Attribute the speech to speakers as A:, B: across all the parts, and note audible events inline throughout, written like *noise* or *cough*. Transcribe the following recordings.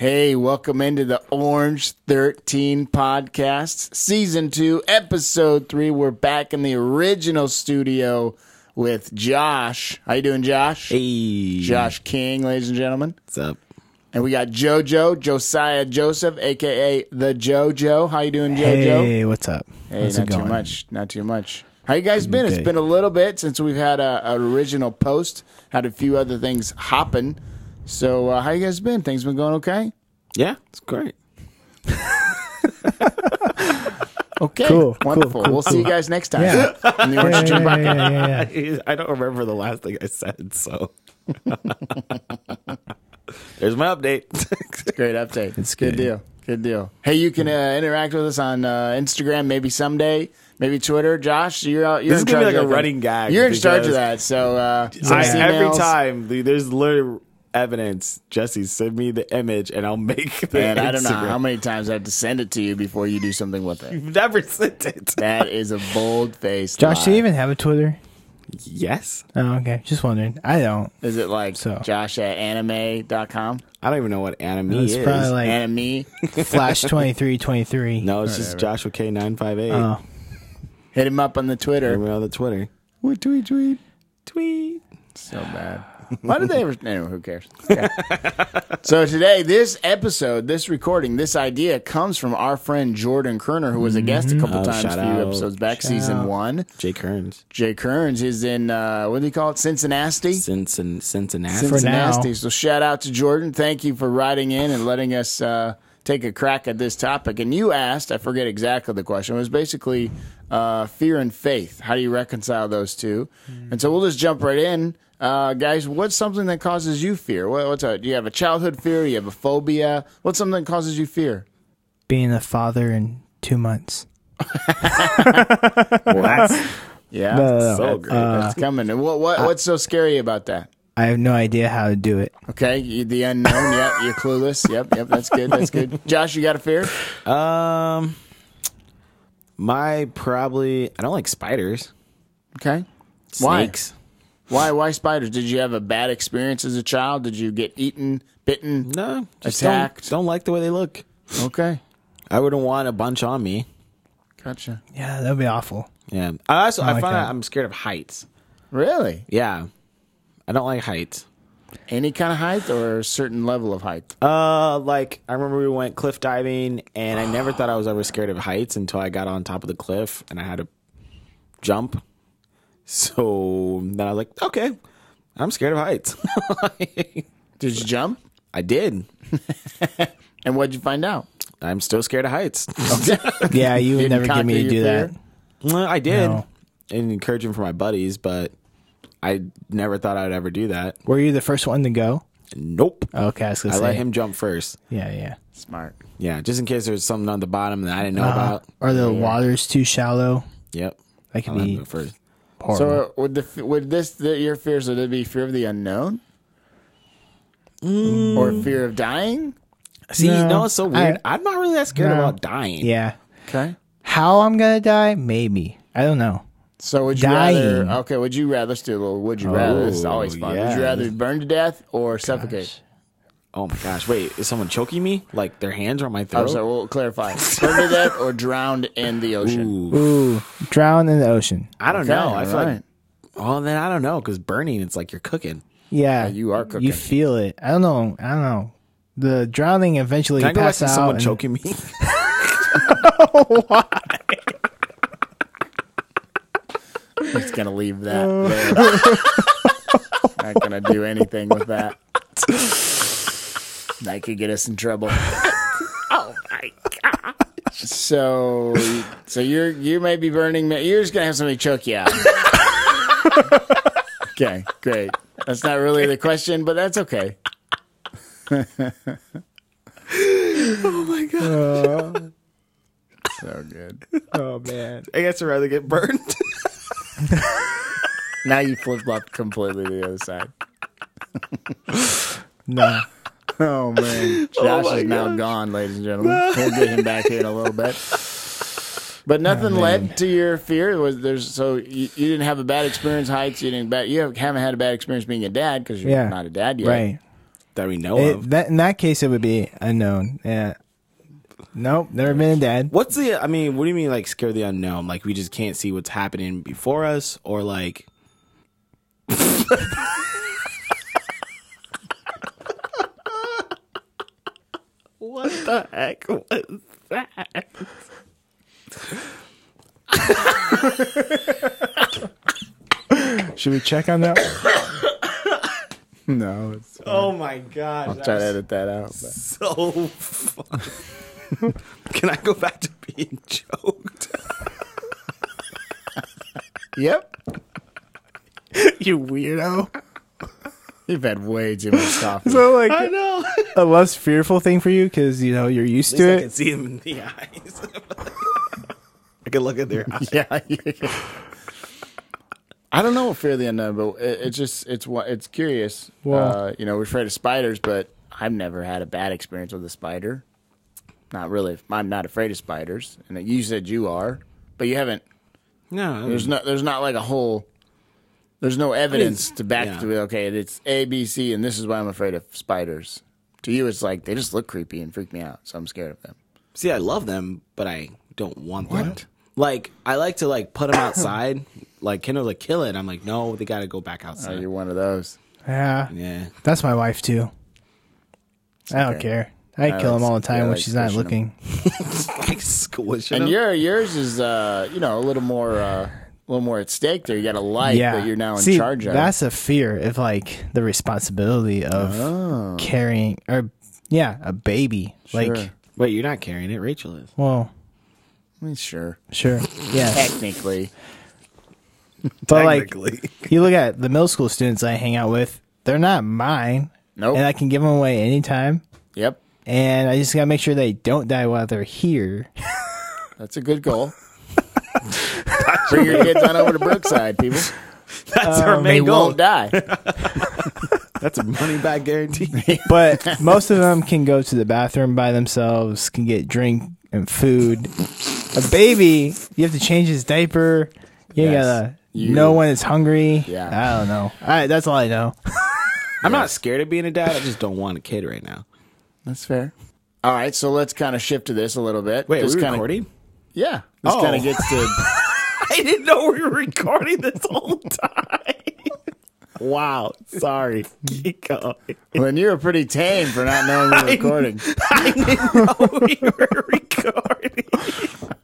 A: Welcome into the Orange 13 podcast, season two, episode three. We're back in the original studio with Josh. How you doing, Josh?
B: Hey,
A: Josh King, ladies and gentlemen.
B: what's up?
A: And we got JoJo, Josiah Joseph, aka the JoJo. How you doing, JoJo?
C: Hey, what's up?
A: Hey,
C: How's
A: not
C: it going?
A: too much. Not too much. How you guys been? It's
C: Okay.
A: been a little bit since we've had a, a original post. Had a few other things hopping. So uh, how you guys been? Things been going okay?
B: Yeah, it's great.
A: Okay,
C: Cool,
A: wonderful.
C: cool, cool,
A: we'll see you guys next time.
C: Yeah.
A: *laughs* on the Orange
C: Yeah,
A: Juice
C: yeah,
A: Podcast.
C: yeah, yeah, yeah.
B: *laughs* I don't remember the last thing I said, so *laughs* there's my update.
A: Great update.
C: It's
A: good
C: good.
A: deal. Good deal. Hey, you can uh, interact with us on uh, Instagram, maybe someday, maybe Twitter. Josh, you're out. You're
B: This is
A: in
B: gonna
A: charge
B: be
A: of
B: like a
A: that.
B: running gag
A: You're in charge of
B: because
A: that. So uh, send
B: I,
A: us
B: every
A: emails.
B: time dude, there's literally evidence. Jesse, send me the image, and I'll make the
A: And I don't know
B: Instagram.
A: how many times I have to send it to you before you do something with it.
B: *laughs* You've never sent it.
A: That is a bold face.
C: Josh, do you even have a Twitter?
B: Yes,
C: Oh, okay. Just wondering. I don't.
A: Is it like
C: So.
A: Josh at anime.com?
B: I don't even know what anime
C: It's
B: is.
C: probably like
A: anime.
C: *laughs* Flash twenty three twenty *laughs* three.
B: no, it's just Joshua K nine five eight.
C: Oh,
A: Hit him up on the
B: Hit
A: Twitter.
B: me on the Twitter.
A: What tweet tweet?
B: Tweet.
A: So bad. *laughs* Why did they ever? Anyway, who cares? Okay. *laughs* so today, this episode, this recording, this idea comes from our friend Jordan Kerner, who was a guest a couple
B: Oh,
A: times, a
B: shout
A: few
B: out.
A: episodes back, season
C: out.
A: one.
B: Jay Kearns.
A: Jay Kearns is in uh, what do you call it? Cincinnati.
B: Cincinnati. Cincinnati.
C: For now.
A: Cincinnati. So shout out to Jordan. Thank you for writing in and letting us uh, take a crack at this topic. And you asked, I forget exactly the question. It was basically uh, fear and faith. How do you reconcile those two?
C: Hmm.
A: And so we'll just jump right in. Uh, guys, what's something that causes you fear? What, what's a, do you have a childhood fear? You have a phobia? What's something that causes you fear?
C: being a father in two months.
B: Well, that's
A: Yeah,
C: No, no, no.
B: so great.
A: that's
C: uh,
A: coming. And what, what what's so scary about that?
C: I have no idea how to do it.
A: Okay, you, the unknown. yep, you're clueless. Yep, yep. That's good. That's
C: *laughs*
A: good. Josh, you got a fear?
B: Um, my probably I don't like spiders,
A: Okay. Why?
B: snakes.
A: Why? Why spiders? Did you have a bad experience as a child? Did you get eaten, bitten?
B: No, just
A: Attacked.
B: Don't, don't like the way they look.
A: Okay,
B: I wouldn't want a bunch on me.
A: gotcha.
C: Yeah, that'd be awful.
B: Yeah. I also I,
C: like
B: found
C: that.
B: out I'm scared of heights.
A: Really?
B: Yeah, I don't like heights.
A: Any kind of height or a certain level of height?
B: Uh, like I remember we went cliff diving, and I never thought I was ever scared of heights until I got on top of the cliff and I had to jump. So then I was like, okay, I'm scared of heights. *laughs*
A: Did you jump?
B: I did.
A: And what'd you find out?
B: I'm still scared of heights.
C: *laughs* Yeah, you would
A: Didn't
C: never get me
A: conquer
C: to do
A: your
C: that.
A: fear?
B: Well, I did,
C: No.
B: and encouraging for my buddies, but I never thought I'd ever do that.
C: Were you the first one to go? Oh,
B: Nope.
C: Okay, I was gonna
B: I
C: say.
B: let him jump first.
C: Yeah, yeah.
A: Smart.
B: Yeah, just in case there's something on the bottom that I didn't know
C: Uh,
B: about.
C: or the water's too shallow.
B: Yep.
C: That could
B: I'll let him
C: be
B: go first.
C: horrible.
A: So would the would this the, your fears would it be fear of the unknown, or fear of dying?
B: See,
C: No,
B: no, it's so weird. I,
C: I-
B: am not really that scared
C: No.
B: about dying.
C: yeah.
A: Okay.
C: How I'm gonna die? Maybe. I don't know.
A: So would you
C: Dying.
A: rather? Okay, would you rather? Let's do a little. Would you rather? This is
B: Oh,
A: always fun. Would
B: yeah.
A: you rather burn to death or suffocate?
B: Oh my gosh! Wait, is someone choking me? Like their hands are on my
A: Oh,
B: throat?
A: so we'll clarify. burn to death or drowned in the ocean.
B: Ooh,
C: Ooh, drown in the ocean.
B: I don't know. I
A: all
B: feel like.
A: right.
B: Oh, then I don't know because burning, it's like you're cooking.
C: Yeah,
A: you are cooking.
C: You feel it. I don't know. I don't know. The drowning eventually
B: Can I go back
C: pass
B: to
C: out.
B: someone
C: and-
B: choking me?
A: *laughs*
B: *laughs*
A: It's gonna leave that.
B: *laughs*
A: there. Not gonna do anything with that. That could get us in trouble.
B: *laughs* oh my god!
A: So, so you're you may be burning. ma- You're just gonna have somebody choke
B: *laughs*
A: you out. okay, great. That's not really the question, but that's okay.
B: *laughs* Oh my god!
A: *laughs* So good.
C: *laughs* Oh man.
B: I guess I'd rather get burned. *laughs*
A: Now you flip flop completely to the other side.
C: No.
A: Oh *laughs* man, Josh is now gone, ladies and gentlemen. We'll get him back here in a little bit. But nothing led to your fear. Was there's so you, you didn't have a bad experience heights. You didn't bad. You haven't had a bad experience being a dad because you're
C: Yeah.
A: not a dad yet.
C: Right.
B: that we know
C: It,
B: of.
C: that in that case, it would be unknown. Yeah. Nope, never been a dad.
B: What's the? I mean, what do you mean like scare the unknown? Like we just can't see what's happening before us, or like what the heck was that?
C: Should we check on that?
A: No, it's,
B: Oh my gosh!
A: try to edit that out. but-
B: *laughs* so fun. Can I go back to being *laughs* choked?
A: Yep. *laughs* you weirdo. You've had way too *laughs* much coffee.
C: so like
B: know.
C: a less fearful thing for you because you know you're used to
B: I can
C: it.
B: see them in the eyes. *laughs* I can look at *laughs* their eyes.
A: yeah. *laughs* I don't know what fear of the unknown, but it, it's just it's wa- it's curious.
C: Well-
A: uh, you know, we're afraid of spiders, but I've never had a bad experience with a spider. Not really. I'm not afraid of spiders, and you said you are, but you haven't.
B: No,
A: There's not. There's not like a whole. There's no evidence to back
B: yeah.
A: to. Okay, it's A, B, C, and this is why I'm afraid of spiders. To you, it's like they just look creepy and freak me out, so I'm scared of them.
B: See, I love them, but I don't want them. Like, I like to like *coughs* put them outside. like, Kendall's like, kill it. I'm like, no, they got to go back
A: Oh,
B: outside.
A: you're one of those.
C: Yeah,
B: yeah, *laughs*
C: that's my wife too. I don't
A: okay.
C: care. I,
A: I
C: kill
A: like-
C: them all the
A: yeah, I
C: time when
A: like
C: she's not
A: pushing 'em.
C: looking.
B: like squishing
A: And
B: them.
A: your yours is uh, you know a little more uh, a little more at stake there. You got a life
C: Yeah,
A: that you're now in
C: See,
A: charge of.
C: That's a fear of like the responsibility of carrying or yeah, a baby.
A: Oh. Sure.
C: Like,
B: Wait, you're not carrying it. Rachel is.
C: well,
A: I mean, sure,
C: sure, yeah,
A: technically.
C: but like you look at the middle school students I hang out with; they're not mine,
A: Nope.
C: and I can give them away anytime.
A: yep,
C: And I just gotta make sure they don't die while they're here.
A: that's a good goal. Bring your kids on over to Brookside, people.
B: *laughs* that's
C: um,
B: our
A: They
B: main goal.
A: won't die.
B: That's a money back
C: *laughs*
B: guarantee.
C: But most of them can go to the bathroom by themselves, can get drink and food. A baby, you have to change his diaper. You
A: Yes.
C: gotta
A: You-
C: know when it's hungry.
A: Yeah.
C: I don't know. I, that's all I know.
B: I'm not scared of being a dad. I just don't want a kid right now.
A: That's fair. All right, so let's kind of shift to this a little bit.
B: Wait,
A: this
B: are we
A: kinda,
B: recording? *laughs*
A: Yeah, this
B: Oh.
A: kind of gets to
B: I didn't know we were recording this whole time. wow. Sorry. Keep going.
A: when you were pretty tame for not knowing
B: *laughs*
A: we were recording.
B: I didn't know we were recording.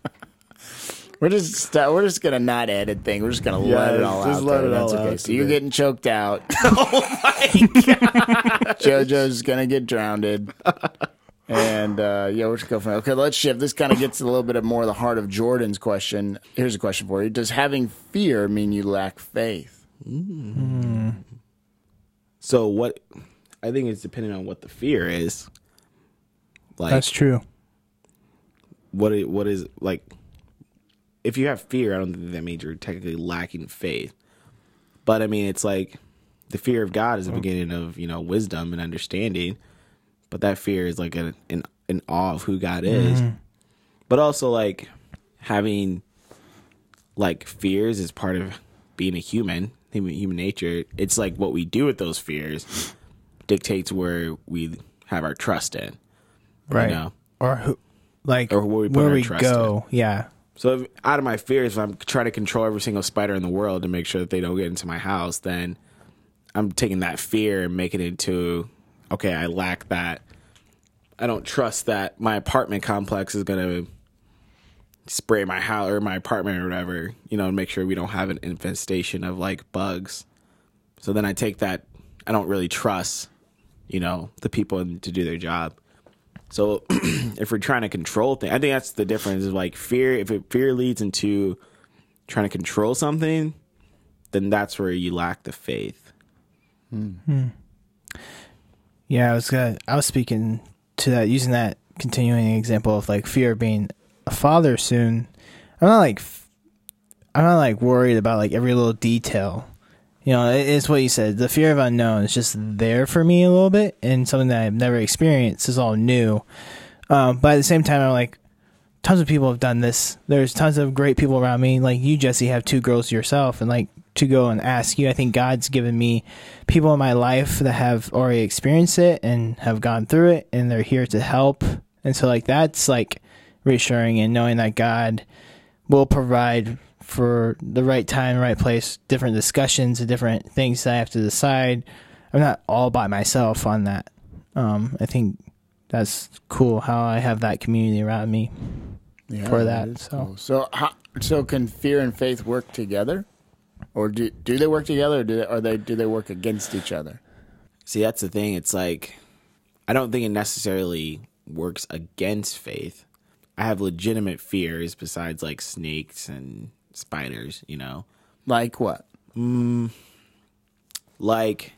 A: *laughs* We're just st- we're just gonna not edit thing. We're just gonna let it
B: Yeah,
A: all
B: just
A: out.
B: let
A: there.
B: it
A: That's
B: all
A: okay.
B: out Oh
A: so you're
B: today.
A: getting choked
B: *laughs*
A: out. JoJo's gonna get drowned. And uh, yeah, we're just go from okay. Let's shift. This kind of gets a little bit of more of the heart of Jordan's question. Here's a question for you: Does having fear mean you lack faith?
B: So what? I think it's depending on what the fear is. Like
C: That's true.
B: what? i- What is like? If you have fear, I don't think that means you're technically lacking faith. But I mean, it's like the fear of God is the beginning of you know wisdom and understanding. But that fear is like an an, an awe of who God is. But also like having like fears is part of being a human, human human nature. It's like what we do with those fears dictates where we have our trust in.
C: Right.
B: know.
C: Or who, like,
B: Or where we put our trust
C: go. Yeah.
B: So if, out of my fears, if I'm trying to control every single spider in the world to make sure that they don't get into my house, then I'm taking that fear and making it into okay, I lack that. I don't trust that my apartment complex is gonna spray my house or my apartment or whatever, you know, and make sure we don't have an infestation of like bugs. So then I take that I don't really trust, you know, the people in- to do their job. So *clears throat* if we're trying to control things, I think that's the difference. Is like fear. If it, fear leads into trying to control something, then that's where you lack the faith.
C: Yeah, I was gonna, I was speaking to that using that continuing example of like fear of being a father soon. I'm not like f- I'm not like worried about like every little detail. You know, it- it's what you said. The fear of unknown is just there for me a little bit, and something that I've never experienced is all new. Um, but at the same time, I'm like, tons of people have done this. There's tons of great people around me. Like you, Jesse, have two girls yourself, and like to go and ask you. I think God's given me people in my life that have already experienced it and have gone through it and they're here to help. And so like that's like reassuring and knowing that God will provide for the right time, right place, different discussions, and different things that I have to decide. I'm not all by myself on that. Um, I think that's cool how I have that community around me.
A: Yeah,
C: for that,
A: is
C: so.
A: cool. so how, so can fear and faith work together, or do do they work together, or do they, are they do they work against each other?
B: See, that's the thing. It's like I don't think it necessarily works against faith. I have legitimate fears besides like snakes and spiders, you know.
A: Like what?
B: Like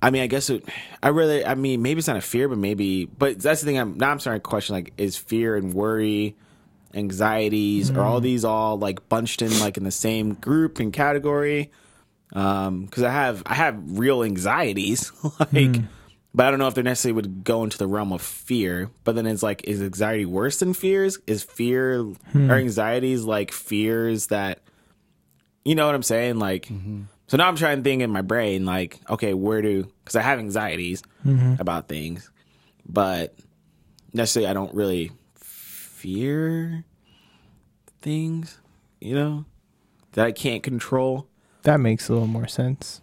B: I mean, I guess it, I really I mean, maybe it's not a fear, but maybe but that's the thing I'm now I'm starting to question like is fear and worry, anxieties, are all these all like bunched in like in the same group and category? um because i have i have real anxieties *laughs* like but i don't know if they necessarily would go into the realm of fear but then it's like is anxiety worse than fears is fear or anxieties like fears that you know what i'm saying like so now i'm trying to think in my brain like okay where do because i have anxieties about things but necessarily i don't really fear things you know that i can't control
C: That makes a little more sense.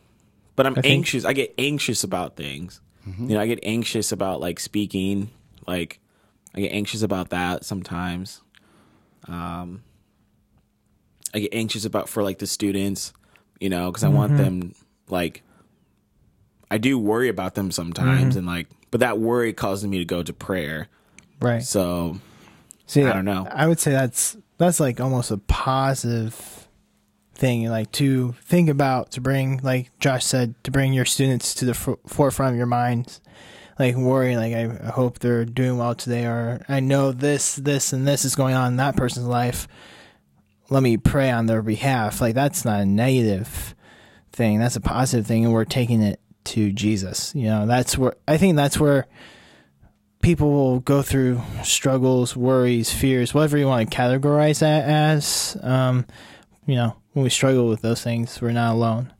B: but I'm
C: think-
B: anxious. I get anxious about things. You know, I get anxious about like speaking. Like, I get anxious about that sometimes. Um, I get anxious about for like the students, you know, because I want them like. I do worry about them sometimes, and like, but that worry causes me to go to prayer.
C: Right.
B: So
C: See,
B: I don't know.
C: I would say that's that's like almost a positive thing, like to think about, to bring, like Josh said, to bring your students to the f- forefront of your mind. Like worry, like I, I hope they're doing well today, or I know this, this, and this is going on in that person's life. Let me pray on their behalf. Like that's not a negative thing. That's a positive thing, and we're taking it to Jesus. You know, that's where I think that's where people will go through struggles, worries, fears, whatever you want to categorize that as. Um, you know, when we struggle with those things, we're not alone.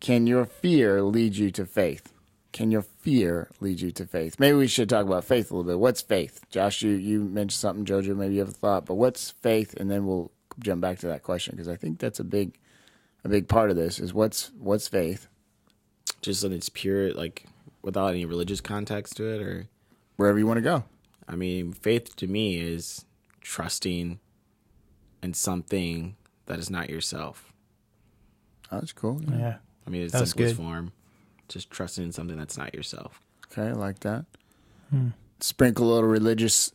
A: Can your fear lead you to faith? Can your fear lead you to faith? Maybe we should talk about faith a little bit. What's faith? Josh, you, you mentioned something, Jojo. Maybe you have a thought, but what's faith? And then we'll jump back to that question because I think that's a big a big part of this is what's what's faith
B: just in its pure, like, without any religious context to it, or
A: wherever you want to go.
B: I mean, faith to me is trusting in something that is not yourself.
A: Oh, that's cool.
C: Yeah.
B: I mean, it's
C: That was
B: simplest
C: good.
B: form. Just trusting in something that's not yourself.
A: Okay, I like that. Sprinkle a little religious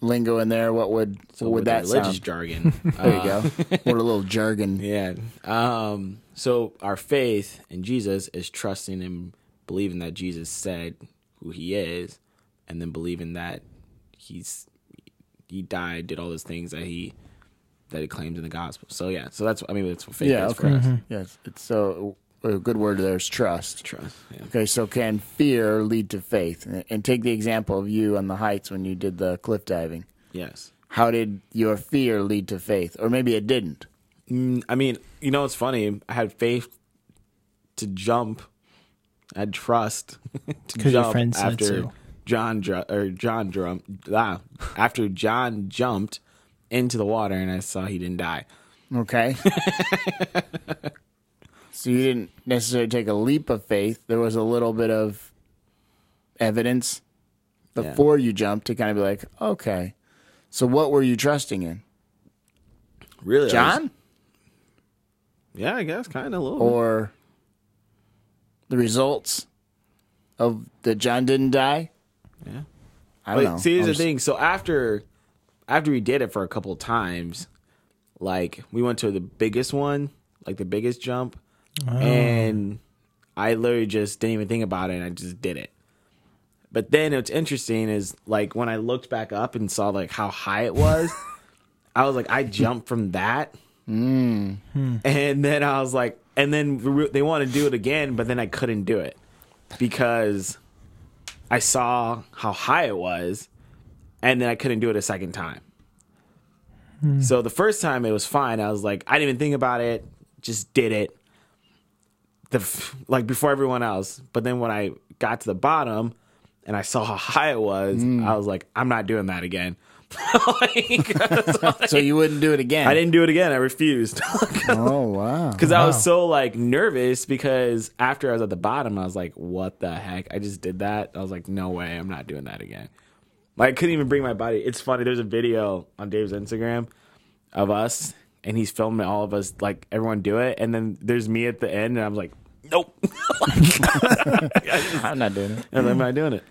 A: lingo in there. What would
B: So
A: what would
B: with
A: that
B: religious
A: sound?
B: jargon?
A: *laughs* there
B: uh, *laughs*
A: you go. what a little jargon.
B: yeah. Um, so our faith in Jesus is trusting and believing that Jesus said who He is, and then believing that He's He died, did all those things that He that He claims in the gospel. So yeah. So that's I mean that's what faith
A: Yeah,
B: is
A: okay. Mm-hmm.
B: for us.
A: Yes, it's so a good word there is trust.
B: Trust. Yeah.
A: Okay, so can fear lead to faith? And- And take the example of you on the heights when you did the cliff diving.
B: Yes.
A: How did your fear lead to faith? Or maybe it didn't.
B: Mm, I mean, you know, it's funny. I had faith to jump. I had trust *laughs* to
C: 'Cause your
B: jump
C: friend said
B: after
C: so.
B: John dr- or John drum ah, after John jumped into the water and I saw he didn't die. *laughs*
A: Okay. so you didn't necessarily take a leap of faith. There was a little bit of evidence before you jumped to kind of be like, okay. So what were you trusting in?
B: Really, I was-
A: John Oh,
B: yeah, I guess kind of a little. bit.
A: or the results of the John didn't die?
B: Yeah.
A: I don't
B: But
A: know.
B: see, here's
A: I'm
B: the
A: just-
B: thing. So after after we did it for a couple of times, like we went to the biggest one, like the biggest jump,
A: Oh.
B: and I literally just didn't even think about it. and I just did it. But then what's interesting is like when I looked back up and saw like how high
A: *laughs*
B: it was, I was like, I jumped from that,
A: Mm.
B: *laughs* and then I was like, and then re- they want to do it again, but then I couldn't do it because I saw how high it was, and then I couldn't do it a second time. So the first time it was fine. I was like, I didn't even think about it. just did it. The f- like before everyone else, but then when I got to the bottom and I saw how high it was, I was like, I'm not doing that again. Like, I was like-
A: So you wouldn't do it again.
B: I didn't do it again. I refused. *laughs*
A: Oh wow.
B: because I was so like nervous because after I was at the bottom, I was like, "What the heck? I just did that." I was like, "No way, I'm not doing that again." Like, I couldn't even bring my body. It's funny. There's a video on Dave's Instagram of us, and he's filming all of us, like everyone do it, and then there's me at the end, and I'm like, "Nope, *laughs*
A: I'm not doing it.
B: and I'm not doing it."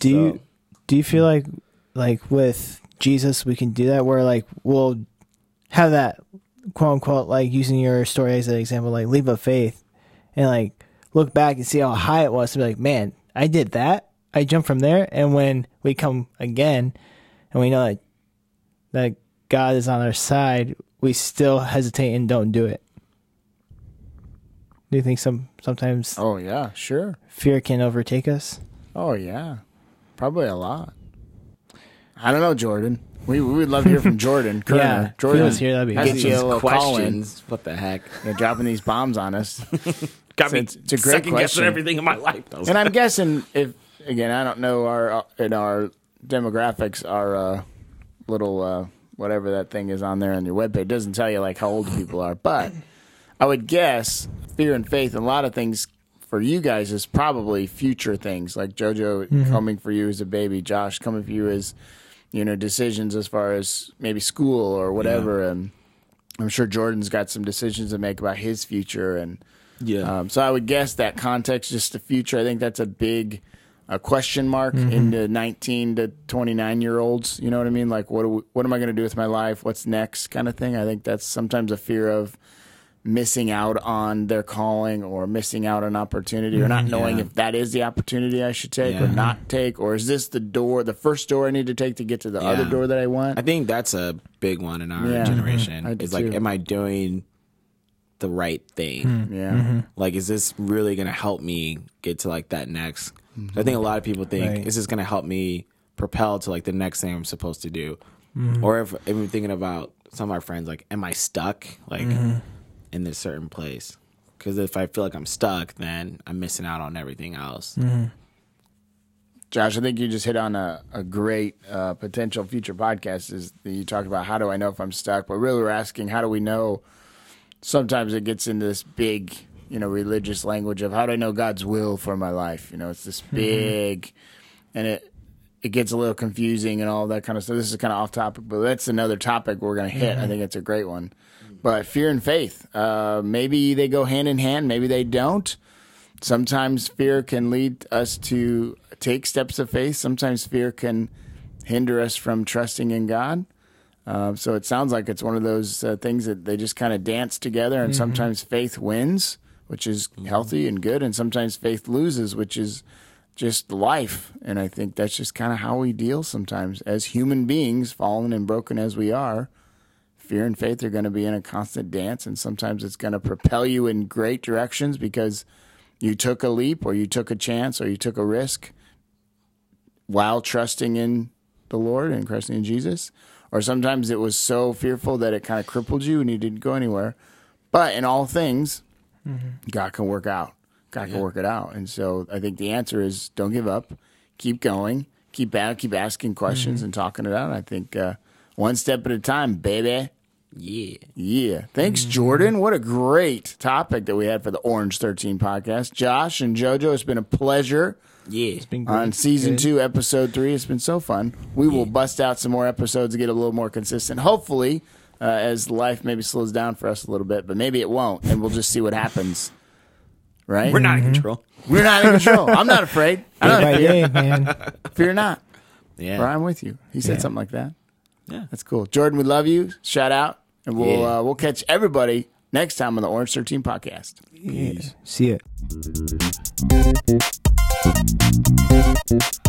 C: Do
B: So-
C: you do you feel like like with Jesus we can do that where like we'll have that quote unquote like using your story as an example like leap of faith and like look back and see how high it was to be like man I did that I jumped from there and when we come again and we know that that God is on our side we still hesitate and don't do it. Do you think some sometimes
A: Oh yeah, sure.
C: fear can overtake us?
A: Oh yeah, probably a lot. I don't know, Jordan. We, we would love to hear
C: *laughs*
A: from Jordan. Kerner.
C: Yeah, if he
A: Jordan
C: was here, that'd be
A: has
C: good.
A: you a
B: These
A: little call in.
B: questions, what the heck?
A: They're dropping these bombs on us.
B: Got me
A: It's- it's a great
B: second guessing
A: question.
B: everything in my life. I was
A: And
B: like,
A: I'm guessing if again, I don't know our in our demographics, our uh, little uh, whatever that thing is on there on your webpage it doesn't tell you like how old people are, but I would guess fear and faith. and A lot of things for you guys is probably future things like JoJo coming for you as a baby, Josh coming for you as you know decisions as far as maybe school or whatever, and I'm sure Jordan's got some decisions to make about his future and.
B: yeah,
A: Um, so I would guess that context, just the future. I think that's a big uh, question mark
B: Mm-hmm.
A: in the 19 to 29 year olds. You know what I mean? Like, what do we, what am I going to do with my life? What's next? Kind of thing. I think that's sometimes a fear of missing out on their calling or missing out on opportunity or not knowing
B: Mm-hmm. Yeah.
A: if that is the opportunity I should take or
B: Yeah.
A: not take or is this the door, the first door I need to take to get to the other
B: Yeah.
A: door that I want?
B: I think that's a big one in our
A: Yeah.
B: generation.
A: I do
B: It's like,
A: too. Hmm.
B: am I doing the right thing?
A: yeah.
B: Like, is this really going to help me get to like that next? I think a lot of people think,
C: Right.
B: is this going to help me propel to like the next thing I'm supposed to do? Or if if I'm thinking about some of our friends, like, am I stuck like in this certain place? Because if I feel like I'm stuck, then I'm missing out on everything else.
A: Josh, I think you just hit on a, a great uh, potential future podcast is that you talked about how do I know if I'm stuck, but really we're asking how do we know sometimes it gets into this big, you know, religious language of how do I know God's will for my life? You know, it's this big and it it gets a little confusing and all that kind of stuff. This is kind of off topic, but that's another topic we're going to hit. I think it's a great one. But fear and faith, uh, maybe they go hand in hand, maybe they don't sometimes fear can lead us to take steps of faith. Sometimes fear can hinder us from trusting in God. Uh, so it sounds like it's one of those uh, things that they just kind of dance together, and sometimes faith wins, which is healthy and good, and sometimes faith loses, which is just life. And I think that's just kind of how we deal sometimes as human beings, fallen and broken as we are fear and faith are going to be in a constant dance and sometimes it's going to propel you in great directions because you took a leap or you took a chance or you took a risk while trusting in the Lord and trusting in Jesus or sometimes it was so fearful that it kind of crippled you and you didn't go anywhere but in all things God can work out God can work it out and so I think the answer is don't give up keep going keep at, keep asking questions and talking it out I think uh, one step at a time baby
B: Yeah.
A: yeah. Thanks,
B: Mm-hmm.
A: Jordan. What a great topic that we had for the Orange 13 podcast. Josh and JoJo, it's been a pleasure
B: Yeah.
C: Being great.
A: on season
C: Good.
A: two, episode three. It's been so fun. We will bust out some more episodes to get a little more consistent. Hopefully, uh, as life maybe slows down for us a little bit, but maybe it won't, and we'll just see what happens. Right?
B: We're not in control.
A: We're not in control. I'm not
B: *laughs*
A: afraid. I
C: Day
A: don't
C: by
A: fear.
C: day, man.
A: fear not.
B: Yeah.
A: Or I'm with you. He said
C: Yeah.
A: something like that.
B: Yeah.
A: That's cool. Jordan, we love you. Shout out. And we'll
B: Yeah.
A: uh, we'll catch everybody next time on the Orange 13 podcast.
C: See it.